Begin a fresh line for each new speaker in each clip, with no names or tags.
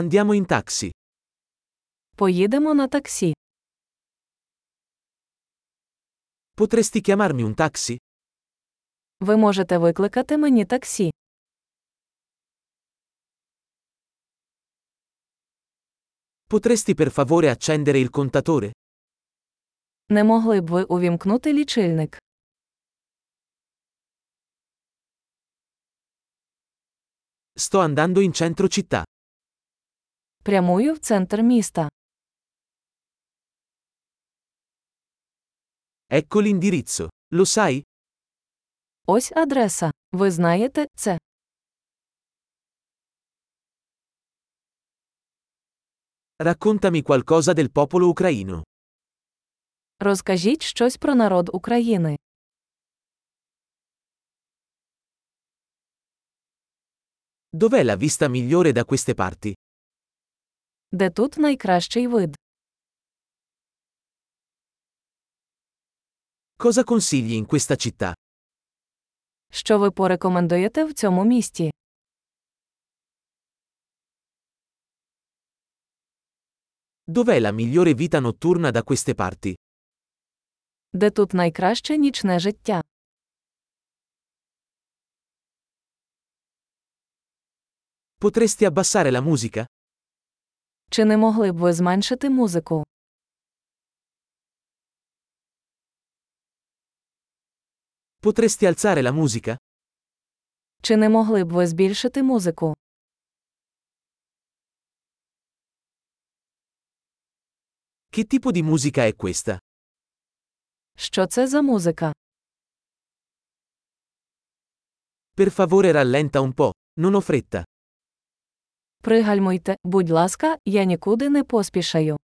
Andiamo in taxi.
Поїдемо на таксі.
Potresti chiamarmi un taxi?
Ви можете викликати мені таксі.
Potresti per favore accendere il contatore?
Не могли б ви увімкнути лічильник?
Sto andando in centro città.
Прямую в центр міста.
Ecco l'indirizzo. Lo sai?
Ось адреса. Ви знаєте це.
Raccontami qualcosa del popolo ucraino.
Розкажіть щось про народ України.
Dov'è la vista migliore da queste parti?
Де тут найкращий вид?
Cosa consigli in questa città?
Що ви порекомендуєте в цьому місті?
Dov'è la migliore vita notturna da queste parti?
Де тут найкраще нічне життя?
Potresti abbassare la musica?
Чи не могли б ви зменшити музику?
Potresti alzare la musica?
Чи не могли б ви збільшити музику?
Che tipo di musica è questa?
Що це за музика?
Per favore rallenta un po', non ho fretta.
Пригальмуйте, будь ласка, я нікуди не поспішаю.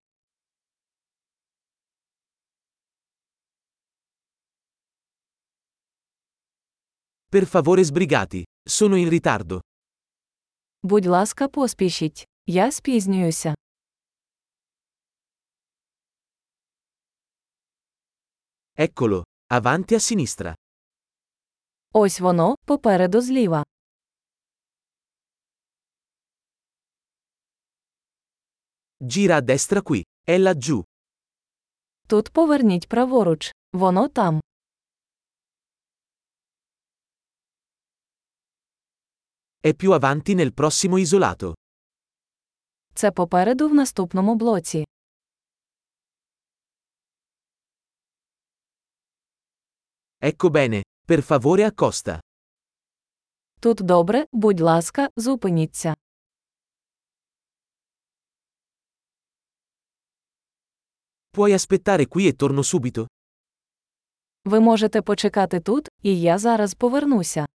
Per favore sbrigati, sono in ritardo.
Будь ласка, поспішіть. Я спізнююся.
Eccolo, avanti a sinistra.
Ось воно, попереду зліва.
Gira a destra qui, è laggiù.
Тут поверніть праворуч. Воно там.
È più avanti nel prossimo isolato.
Це попереду в наступному блоці.
Ecco bene, per favore accosta.
Тут добре, будь ласка, зупиніться.
Puoi aspettare qui e torno subito?
Ви можете почекати тут, і я зараз повернуся.